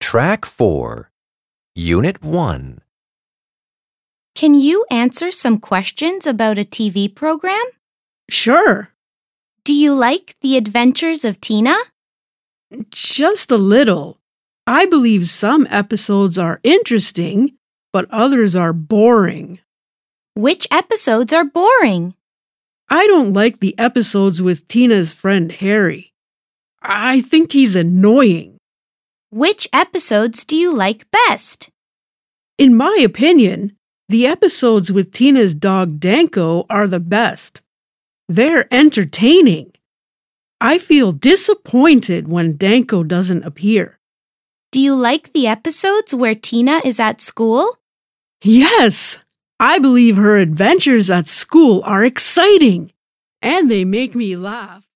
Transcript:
Track 4, Unit 1. Can you answer some questions about a TV program? Sure, Do you like The Adventures of Tina? just a little. I believe some episodes are interesting, but others are boring. Which episodes are boring? I don't like the episodes with Tina's friend Harry. I think he's annoying. Which episodes do you like best? In my opinion, the episodes with Tina's dog Danko are the best. They're entertaining. I feel disappointed when Danko doesn't appear. Do you like the episodes where Tina is at school? Yes, I believe her adventures at school are exciting, and they make me laugh.